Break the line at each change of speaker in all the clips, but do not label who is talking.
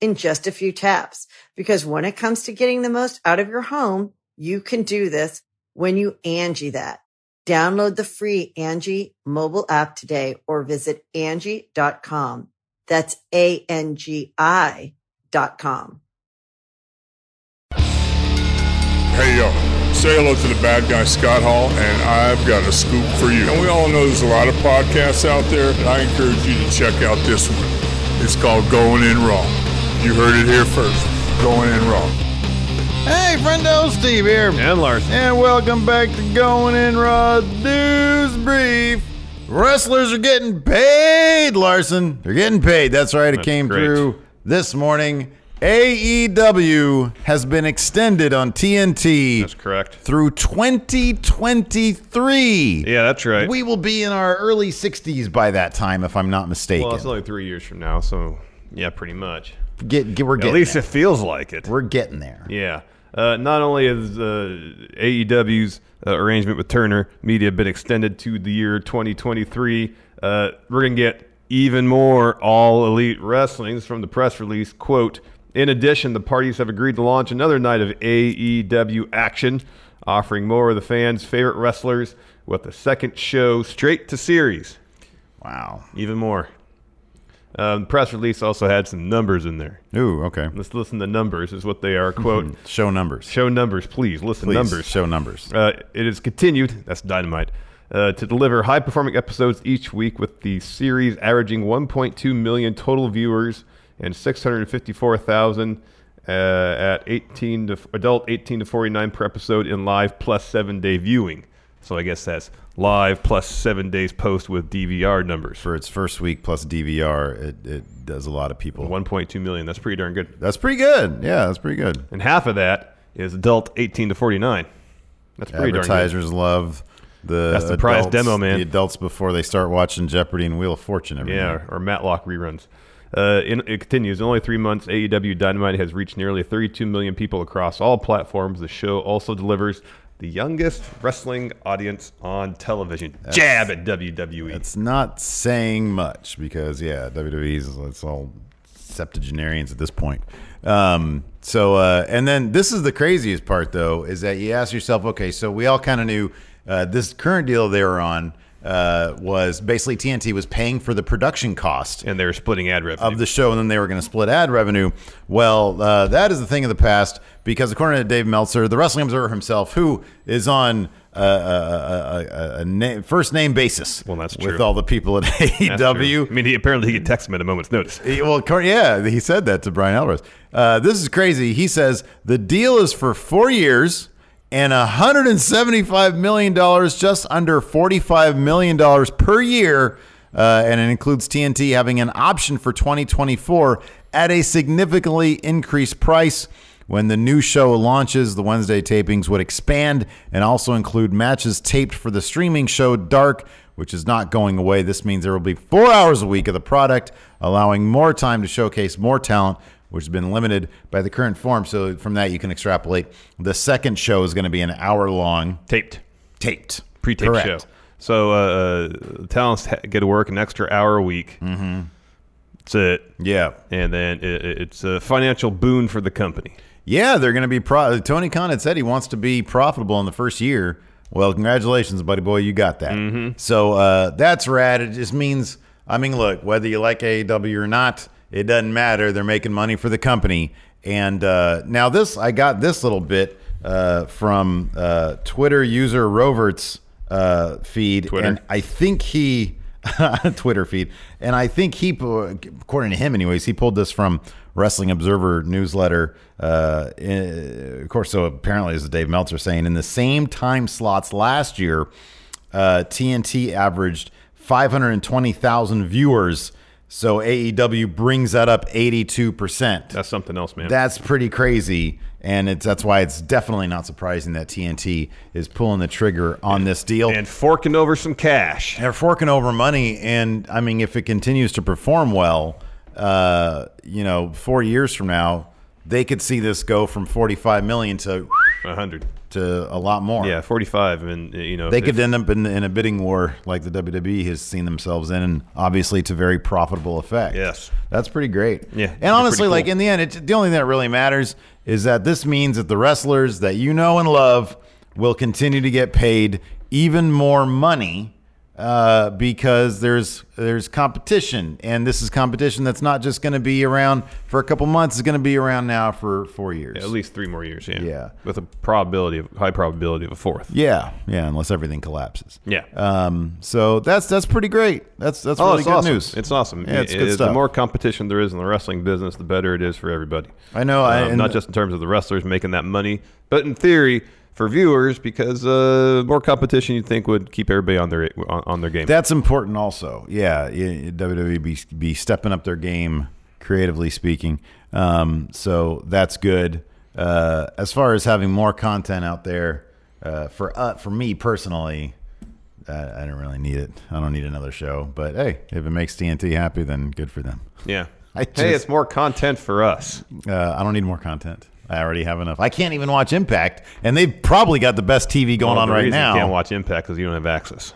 in just a few taps. Because when it comes to getting the most out of your home, you can do this when you Angie that. Download the free Angie mobile app today or visit Angie.com. That's A-N-G-I dot com.
Hey yo, say hello to the bad guy Scott Hall, and I've got a scoop for you. And we all know there's a lot of podcasts out there, and I encourage you to check out this one. It's called Going In Raw. You heard it here first. Going In Raw.
Hey, friendo, Steve here.
And Larson.
And welcome back to Going In Raw News Brief. Wrestlers are getting paid, Larson. They're getting paid. That's right. It
That's
came
great.
through this morning. AEW has been extended on TNT
That's correct.
through 2023.
Yeah, that's right.
We will be in our early 60s by that time, if I'm not mistaken.
well, it's only three years from now, so yeah, pretty much.
get, get, we're
At
getting
least
there.
it feels like it.
we're getting there.
Yeah. Uh, not only is uh, AEW's uh, arrangement with Turner Media been extended to the year 2023, uh, we're going to get even more all elite wrestlings from the press release. Quote In addition, the parties have agreed to launch another night of AEW action, offering more of the fans' favorite wrestlers with a second show straight to series.
Wow.
Even more. Um, the press release also had some numbers in there.
Ooh, okay.
Let's listen to numbers, is what they are. Quote
Show numbers.
Show numbers, please. Listen,
Please,
numbers.
Show numbers.
Uh, it is continued. That's dynamite. Uh, to deliver high performing episodes each week, with the series averaging 1.2 million total viewers and 654,000 uh, at 18 to adult 18 to 49 per episode in live plus seven day viewing. So I guess that's live plus seven days post with DVR numbers for
For its first week plus DVR, it, it does a lot of people.
1.2 million. That's pretty darn good.
That's pretty good. Yeah, that's pretty good.
And half of that is adult 18 to 49. That's pretty darn good.
Advertisers love the
That's the prize
adults-
demo, man.
The adults before they start watching Jeopardy and Wheel of Fortune every
Yeah,
night.
or, or Matlock reruns. Uh, in, it continues. In only three months, AEW Dynamite has reached nearly 32 million people across all platforms. The show also delivers the youngest wrestling audience on television. Jab at E. WWE.
It's not saying much because yeah, WWE's is- it's all septuagenarians at this point. Um, so uh, and then this is the craziest part though is that you ask yourself, okay, so we all kind of knew uh, this current deal they were on uh, was basically TNT was paying for the production cost
and they're splitting ad revenue.
of the show, and then they were going to split ad revenue. Well, uh, that is the thing of the past because, according to Dave Meltzer, the Wrestling Observer himself, who is on uh, a, a, a, a na- first name basis
Well, that's
with
true.
all the people at E
That's
AEW.
true. I mean, he apparently he could text him at a moment's notice.
He- well, cor- yeah, he said that to Brian Alvarez. Uh, this is crazy. He says the deal is for four years and $175 million, just under $45 million per year. Uh, and it includes TNT having an option for 2024 at a significantly increased price. When the new show launches, the Wednesday tapings would expand and also include matches taped for the streaming show Dark, which is not going away. This means there will be four hours a week of the product, allowing more time to showcase more talent, which has been limited by the current form. So, from that, you can extrapolate. The second show is going to be an hour long,
Taped.
taped,
Pre-taped
Correct.
show. So uh, uh, talents ha- get to work an extra hour a week. Mm-hmm. That's it.
Yeah.
And then it, it- it's a financial boon for the company.
Yeah, they're going to be. Pro- Tony Khan had said he wants to be profitable in the first year. Well, congratulations, buddy boy, you got that. So uh, that's rad. It just means, I mean, look, whether you like AEW or not, it doesn't matter. They're making money for the company. And uh, now this, I got this little bit uh, from uh, Twitter user Rovert's uh, feed,
Twitter.
and I think he Twitter feed, and I think he, according to him, anyways, he pulled this from Wrestling Observer newsletter. Uh, in- of course, so apparently, as Dave Meltzer saying, in the same time slots last year, uh, TNT averaged 520,000 viewers. So AEW brings that up 82 percent.
That's something else, man.
That's pretty crazy, and it's that's why it's definitely not surprising that TNT is pulling the trigger on this deal.
and forking over some cash.
They're forking over money, and I mean, if it continues to perform well, uh, you know, four years from now, they could see this go from forty-five million to
A hundred.
to a lot more.
Yeah, forty-five, and uh, you know
They
if-
could end up in, in a bidding war like the WWE has seen themselves in, and obviously to very profitable effect.
Yes.
that's pretty great.
Yeah,
and
they're
honestly,
pretty
like
cool.
in the end, it, the only thing that really matters is that this means that the wrestlers that you know and love will continue to get paid even more money uh, because there's there's competition, and this is competition that's not just going to be around for a couple months; it's going to be around now for four years.
at least three more years. Yeah.
Yeah.
With a probability of high probability of a fourth.
yeah, yeah, unless everything collapses.
Yeah.
Um, so that's that's pretty great. That's that's
Oh,
really
it's
good
awesome.
news.
It's awesome.
Yeah, it's
It-
good
it-
stuff.
The more competition there is in the wrestling business, the better it is for everybody.
I know, I-
Um,
and-
not just in terms of the wrestlers making that money, but in theory for viewers, because uh, more competition you think would keep everybody on their on, on their game.
That's important, also. Yeah, y- WWE be, be stepping up their game creatively speaking. Um, so that's good. Uh, as far as having more content out there, uh, for uh, for me personally, I, I don't really need it. I don't need another show. But hey, if it makes TNT happy, then good for them.
yeah.
I
hey,
just-
it's more content for us.
Uh, I don't need more content. I already have enough. I can't even watch Impact, and they've probably got the best TV going
Well,
on
the
right
reason
now.
You can't watch Impact because you don't have access.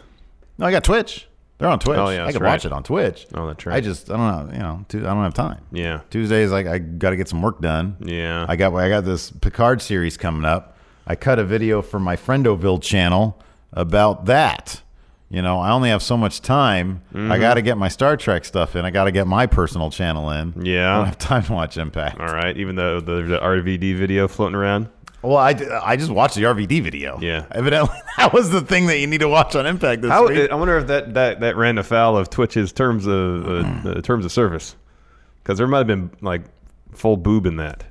No, I got Twitch. They're on Twitch.
Oh, yeah,
I
that's
can
right.
watch it on Twitch.
Oh, that's right.
I just I don't know. You know, tu- I don't have time.
Yeah.
Tuesdays like I got to get some work done.
Yeah.
I got I got this Picard series coming up. I cut a video for my Friendoville channel about that. You know, I only have so much time.
Mm-hmm.
I got to get my Star Trek stuff in. I got to get my personal channel in.
Yeah.
I don't have time to watch Impact.
All right. Even though there's an RVD video floating around.
Well, I, d- I just watched the RVD video.
Yeah.
Evidently, that was the thing that you need to watch on Impact this
How, uh,
week.
I wonder if that, that, that ran afoul of Twitch's terms of
Hmm.
uh, uh, terms of service, because there might have been like full boob in that.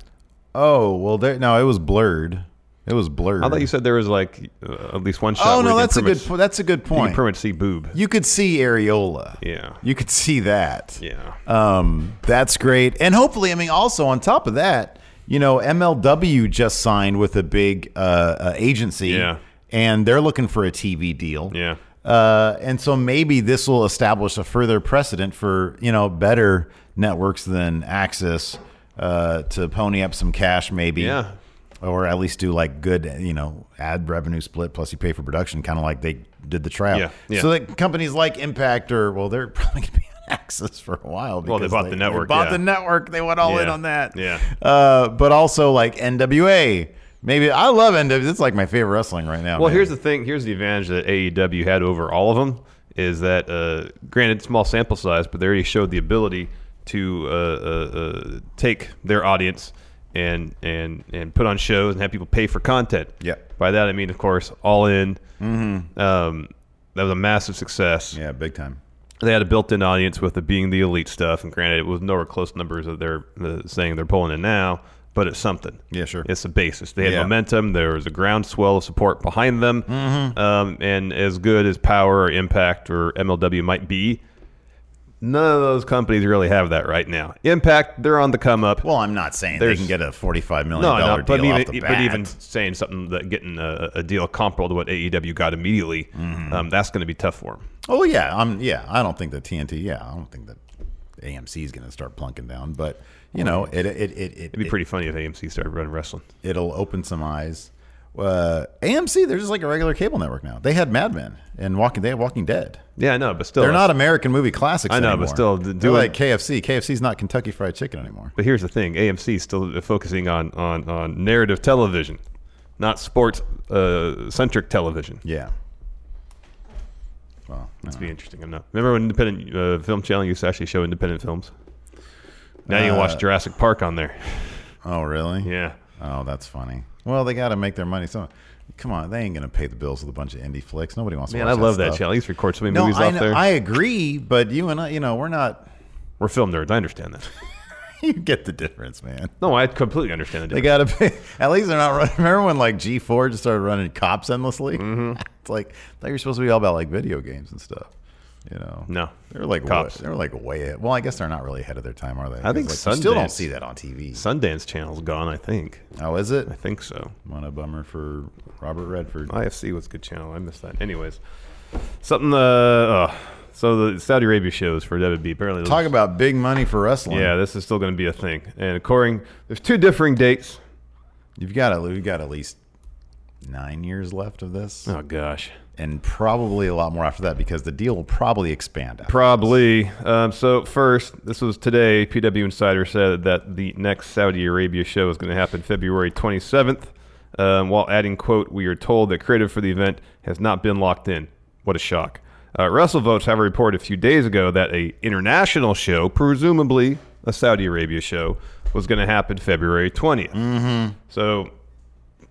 Oh well, there, no, it was blurred. It was blurred.
I thought you said there was like uh, at least one shot.
Oh
where
no,
you can
that's a
pretty
good.
much-
po- That's a good
You can
point.
pretty much see boob.
You could see areola.
Yeah.
You could see that.
Yeah.
Um, that's great. And hopefully, I mean, also on top of that, you know, MLW just signed with a big uh, uh, agency.
Yeah.
And they're looking for a TV deal.
Yeah.
Uh, and so maybe this will establish a further precedent for you know better networks than Axis uh, to pony up some cash, maybe.
Yeah.
Or at least do like good, you know, ad revenue split plus you pay for production, kind of like they did the tryout.
Yeah, yeah.
So that companies like Impact or well, they're probably gonna be on Axis for a while.
Well, they
because
bought the network,
bought
yeah.
the network. They went all in
Yeah,
on that.
yeah.
Uh, but also like NWA. Maybe I love NWA. It's like my favorite wrestling right now.
Well,
man.
here's the thing. Here's the advantage that AEW had over all of them is that, uh, granted, small sample size, but they already showed the ability to uh, uh, uh, take their audience and and and put on shows and have people pay for content.
Yeah.
By that I mean, of course, All In. Mm-hmm. Um, that was a massive success.
yeah, big time.
They had a built-in audience with the being the elite stuff, and granted, it was nowhere close numbers that they're uh, saying they're pulling in now, but it's something.
Yeah, sure.
It's a basis. They had
Yeah.
momentum. There was a groundswell of support behind them,
Mm-hmm.
um, and as good as Power or Impact or MLW might be, none of those companies really have that right now. Impact, they're on the come up.
Well, I'm not saying they
There's-
can get a forty-five million
no,
dollar deal
no, but
off
even
the bat.
but even saying something that getting a, a deal comparable to what AEW got immediately,
Mm-hmm.
um, that's going to be tough for them.
oh yeah, I'm yeah. I don't think that TNT. Yeah, I don't think that AMC is going to start plunking down. But you know, it it it, it
It'd be pretty funny if AMC started running wrestling.
it, will open some eyes. Uh, AMC, they're just like a regular cable network now. They had Mad Men and Walking. They had Walking Dead.
Yeah, I know, but still,
They're not American movie classics.
I know,
anymore.
but still, d-
they're
doing-
like KFC. KFC's not Kentucky Fried Chicken anymore.
But here's the thing: AMC is still focusing on on on narrative television, not sports uh, centric television.
Yeah. Well,
It's be interesting. I know. Remember when independent uh, film channel used to actually show
Uh,
independent films? Now you can watch Jurassic Park on there.
oh really?
Yeah.
Oh, that's funny. Well, they got to make their money. So, come on, they ain't gonna pay the bills with a bunch of indie flicks. Nobody wants.
Man,
to
I
watch
love that
stuff.
channel. He's record so many
No,
movies
I,
off
kn-
there.
I agree, but you and I, you know, we're not.
We're film nerds. I understand that.
You get the difference, man.
No, I completely understand the
They
difference.
got to pay. At least they're not running. Remember when like G4 just started running cops endlessly?
Mm-hmm.
It's like I thought you're supposed to be all about like video games and stuff. You know?
No.
They're like
Cops.
Way, they're like way. ahead- Well, I guess they're not really ahead of their time, are they?
I think
Because, like, you still don't
Sundance-
see that on TV.
Sundance channel's gone. I think.
Oh, is it?
I think so.
What a bummer for Robert Redford.
IFC was a good channel. I missed that. Anyways, something. Uh, oh, so the Saudi Arabia shows for WB apparently.
Talk about big money for wrestling.
yeah, this is still going to be a thing. And according, there's two differing dates.
You've got at we've got at least nine years left of this,
Oh gosh.
and probably a lot more after that because the deal will probably expand. After.
Probably. Um, so first, this was today. PW Insider said that the next Saudi Arabia show is going to happen February 27th. Um, while adding, "quote We are told that creative for the event has not been locked in. What a shock." Uh, WrestleVotes, however, reported a few days ago that a international show, presumably a Saudi Arabia show, was going to happen February 20th.
Mm-hmm.
So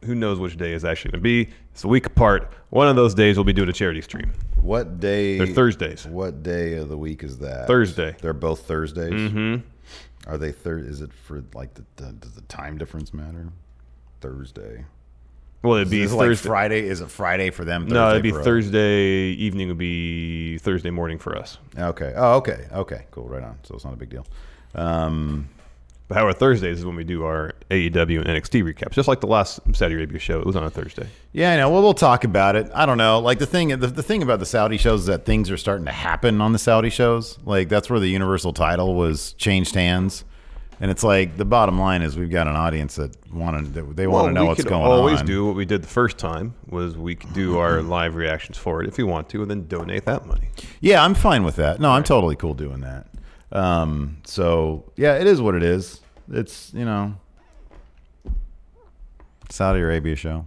who knows which day is actually going to be? It's a week apart. One of those days we'll be doing a charity stream.
What day?
They're Thursdays.
What day of the week is that?
Thursday.
They're both Thursdays. Mm-hmm. Are they third? Is it for like the, the does the time difference matter? Thursday.
Well, it'd be
Is it
Thursday.
like Friday? Is it Friday for them?
No, it'd
Thursday
be
for us?
Thursday evening. Would be Thursday morning for us.
Okay. Oh, okay. Okay. Cool. Right on. So it's not a big deal. Um,
But however, Thursdays is when we do our AEW and NXT recaps, just like the last Saudi Arabia show. It was on a Thursday.
Yeah, I know. Well, we'll talk about it. I don't know. Like the thing, the, the thing about the Saudi shows is that things are starting to happen on the Saudi shows. Like that's where the Universal title was changed hands, and it's like the bottom line is we've got an audience that want to they want to know
we
what's
could
going on. Mm-hmm.
always do what we did the first time was we could do our live reactions for it if we want to, and then donate that money.
Yeah, I'm fine with that. No, I'm totally cool doing that. Um, so yeah, it is what it is. It's you know, Saudi Arabia show.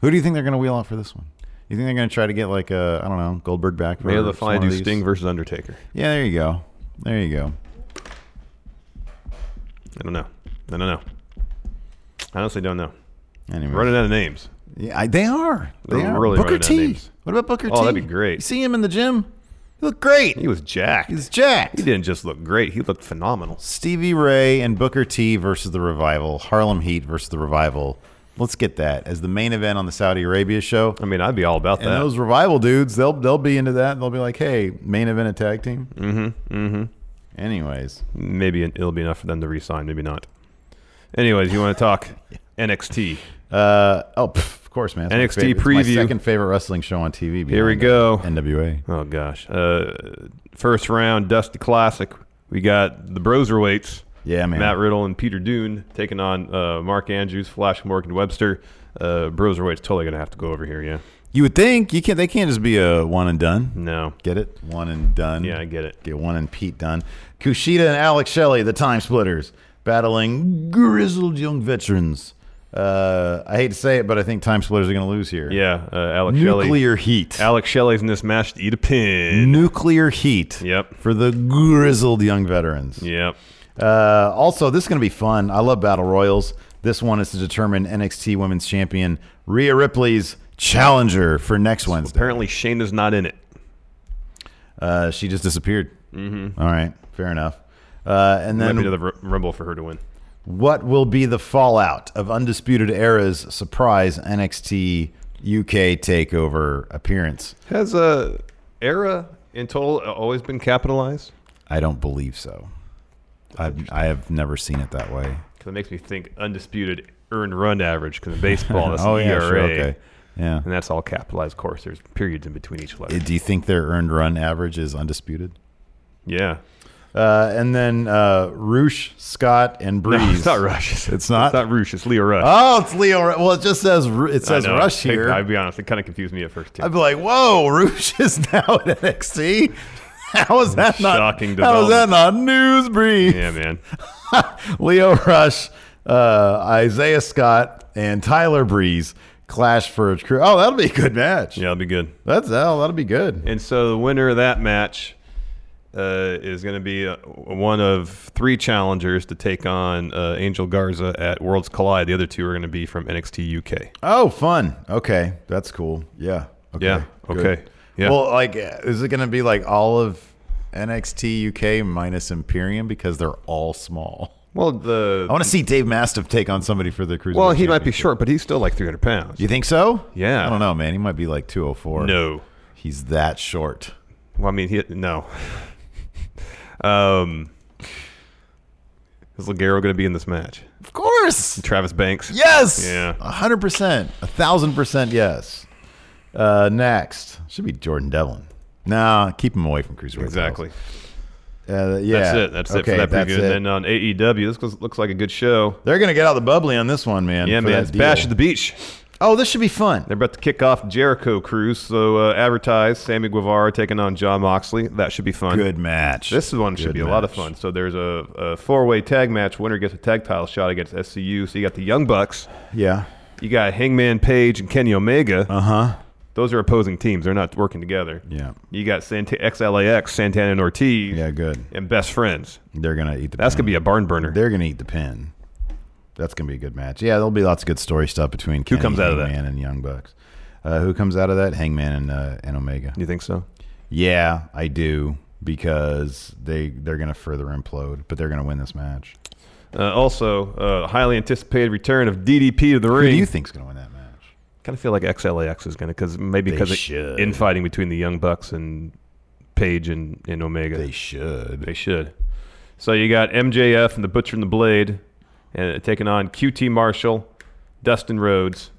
Who do you think they're going to wheel out for this one? You think they're going to try to get like I I don't know Goldberg back? for
May the
some
Fly
one of
do
these?
Sting versus Undertaker.
Yeah, there you go. There you go.
I don't know. I don't know. I honestly don't know.
Anyway,
We're running out of names.
Yeah, I- they are. They
They're
are.
really
Booker
running out
T.
of names.
What about Booker T?
Oh, that'd be great.
You see him in the gym? He looked great.
He was jacked.
He's jacked.
he didn't just look great. He looked phenomenal.
Stevie Ray and Booker T versus the Revival. Harlem Heat versus the Revival. Let's get that as the main event on the Saudi Arabia show.
I mean, I'd be all about
And
that.
those Revival dudes, they'll they'll be into that. They'll be like, hey, main event a tag team. Mm-hmm. Mm-hmm. Anyways,
Maybe it'll be enough for them to resign. Maybe not. Anyways, you want to talk NXT?
uh, oh, pff, of course, man. It's my
NXT
favorite- it's my
preview.
second favorite wrestling show on TV.
Here we
behind
go.
NWA.
Oh gosh, uh, first round Dusty Classic. We got the Broserweights.
Yeah, man.
Matt Riddle and Peter Dune taking on uh, Mark Andrews, Flash Morgan Webster. Uh, Broserweight's totally gonna have to go over here. Yeah.
You would think you can't. They can't just be a one and done.
No.
Get it? One and done.
Hmm. Yeah, I get it.
Get one and Pete done. Kushida and Alex Shelley, the time splitters, battling grizzled young veterans. Uh, I hate to say it, but I think time splitters are going to lose here.
Yeah. Uh, Alex Shelley.
Nuclear heat.
Alex Shelley's in this match to eat a pin.
Nuclear heat.
Yep.
For the grizzled young veterans.
Yep.
Uh, also, this is going to be fun. I love battle royals. This one is to determine NXT Women's Champion Rhea Ripley's challenger for next Wednesday.
Apparently Shayna's not in it.
Uh, she just disappeared. Mm-hmm. right, fair enough. Uh, and
Might
then
be another r- rumble for her to win.
What will be the fallout of Undisputed Era's surprise NXT UK takeover appearance?
Has uh, Era in total always been capitalized?
I don't believe so. I've, I have never seen it that way.
Because it makes me think undisputed earned run average. Because in baseball, that's an ERA,
Oh, okay, yeah.
and that's all capitalized. Of course, there's periods in between each letter.
Uh, Do you think their earned run average is undisputed?
yeah,
Uh, and then uh, Roosh, Scott, and
no,
Breeze.
it's not Rush.
It's not?
It's not Roosh. It's Leo Rush.
Oh, it's Leo. Ru- Well, it just says Ru- it
I
says
know.
Rush
It-
here.
I'd be honest. It kind of confused me at first too.
I'd be like, "Whoa, Roosh is now at NXT." How is that not
Shocking
How is that not news brief?
yeah, man.
Leo Rush, uh, Isaiah Scott, and Tyler Breeze clash for a crew. Oh, that'll be a good match.
Yeah, that'll be good.
That's oh, that'll be good.
And so the winner of that match uh, is going to be uh, one of three challengers to take on uh, Angel Garza at Worlds Collide. The other two are going to be from NXT UK.
Oh, fun. Okay, that's cool. Yeah. Okay.
Yeah,
Good.
okay, yeah.
Well, like, uh, is it going to be like all of NXT UK minus Imperium because they're all small?
Well, the
I want to see Dave Mastiff take on somebody for the cruiserweight.
well, he might be
championship.
short, but he's still like 300 pounds.
You think so?
Yeah.
I don't know, man. He might be like 204.
No.
He's that short.
Well, I mean, he no. um, is Ligero going to be in this match?
Of course.
Travis Banks.
Yes.
Yeah.
A hundred percent. A thousand percent. Yes. Uh, next should be Jordan Devlin. Nah, keep him away from cruiserweight.
Exactly.
titles. Uh, yeah.
That's it. That's it for that preview. And then uh, on AEW, this looks, looks like a good show.
They're gonna get out the bubbly on this one, man.
Yeah,
for
man.
that
It's Bash
deal.
at the Beach.
oh, this should be fun.
They're about to kick off Jericho Cruise, so uh, advertise Sammy Guevara taking on John Moxley. That should be fun.
Good match.
This one should
Good
be a lot of
match.
fun. So there's a, a four-way tag match. Winner gets a tag title shot against SCU. So you got the Young Bucks,
Yeah.
you got Hangman Page and Kenny Omega.
Uh huh.
Those are opposing teams. They're not working together.
Yeah.
You got Santa- XLAX, Santana and Ortiz,
Yeah. Good.
and Best Friends.
They're gonna eat the.
That's
pin.
gonna be a barn burner.
They're gonna eat the pin. That's gonna be a good match. Yeah, there'll be lots of good story stuff between Kenny,
comes out of that?
Hangman and Young Bucks. Uh, who comes out of that? Hangman and uh, and Omega.
you think so?
Yeah, I do because they they're gonna further implode, but they're gonna win this match.
Uh, also, uh, highly anticipated return of DDP to the ring.
Who do you think's gonna win that match?
kind of feel like XLAX is going to because maybe
They
because of
should.
infighting between the Young Bucks and Page and, and Omega.
They should.
They should. So you got MJF and the Butcher and the Blade and taking on QT Marshall, Dustin Rhodes,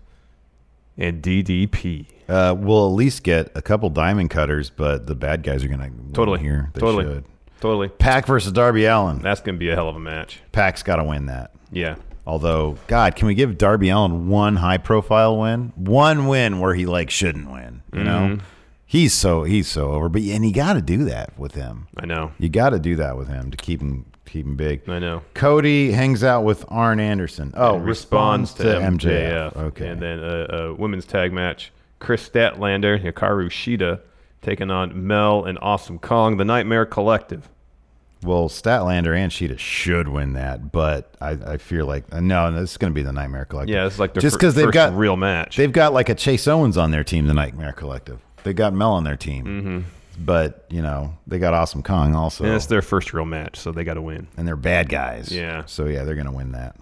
and DDP.
Uh, we'll at least get a couple diamond cutters, but the bad guys are gonna win
Totally
here. They
totally.
should.
Totally.
Pack versus Darby Allen.
That's going to be a hell of a match.
Pack's got to win that.
Yeah.
Although, God, can we give Darby Allen one high profile win? One win where he like shouldn't win, you know?
Mm-hmm.
He's so he's so over, but and you got to do that with him.
I know.
You got to do that with him to keep him keep him big.
I know.
Cody hangs out with Arn Anderson. Oh,
And
responds, to MJF. Okay.
Okay. And then a, a women's tag match. Chris Statlander, Hikaru Shida taking on Mel and Awesome Kong, the Nightmare Collective.
well, Statlander and Sheeta should win that, but I, I fear like no, this is going to be the Nightmare Collective.
Yeah, it's like their
just
fir-
because they've
first
got
real match.
They've got like a Chase Owens on their team, the Nightmare Collective. They got Mel on their team, but you know they got Awesome Kong also,
And Mm-hmm. it's their first real match, so they got to win.
and they're bad guys.
Yeah.
so yeah, they're going to win that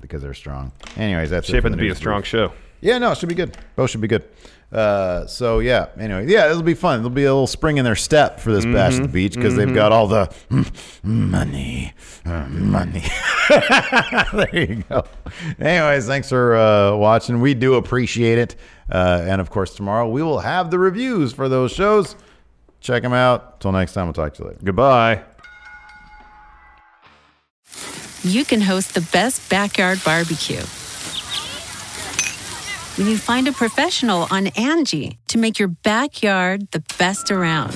because they're strong. Anyways, that's it for
Shaping
the
to be a
news
strong
brief.
show.
Yeah, no, it should be good. Both should be good. Uh, so yeah. Anyway, yeah, it'll be fun. There'll be a little spring in their step for this bash at the beach because they've got all the mm, money, uh, money. there you go. Anyways, thanks for uh, watching. We do appreciate it. Uh, and of course, tomorrow we will have the reviews for those shows. Check them out. Till next time, we'll talk to you later.
Goodbye.
you can host the best backyard barbecue. When you find a professional on Angie to make your backyard the best around.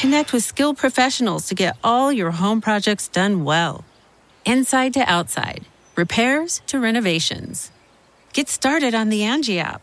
Connect with skilled professionals to get all your home projects done well. Inside to outside, repairs to renovations. Get started on the Angie app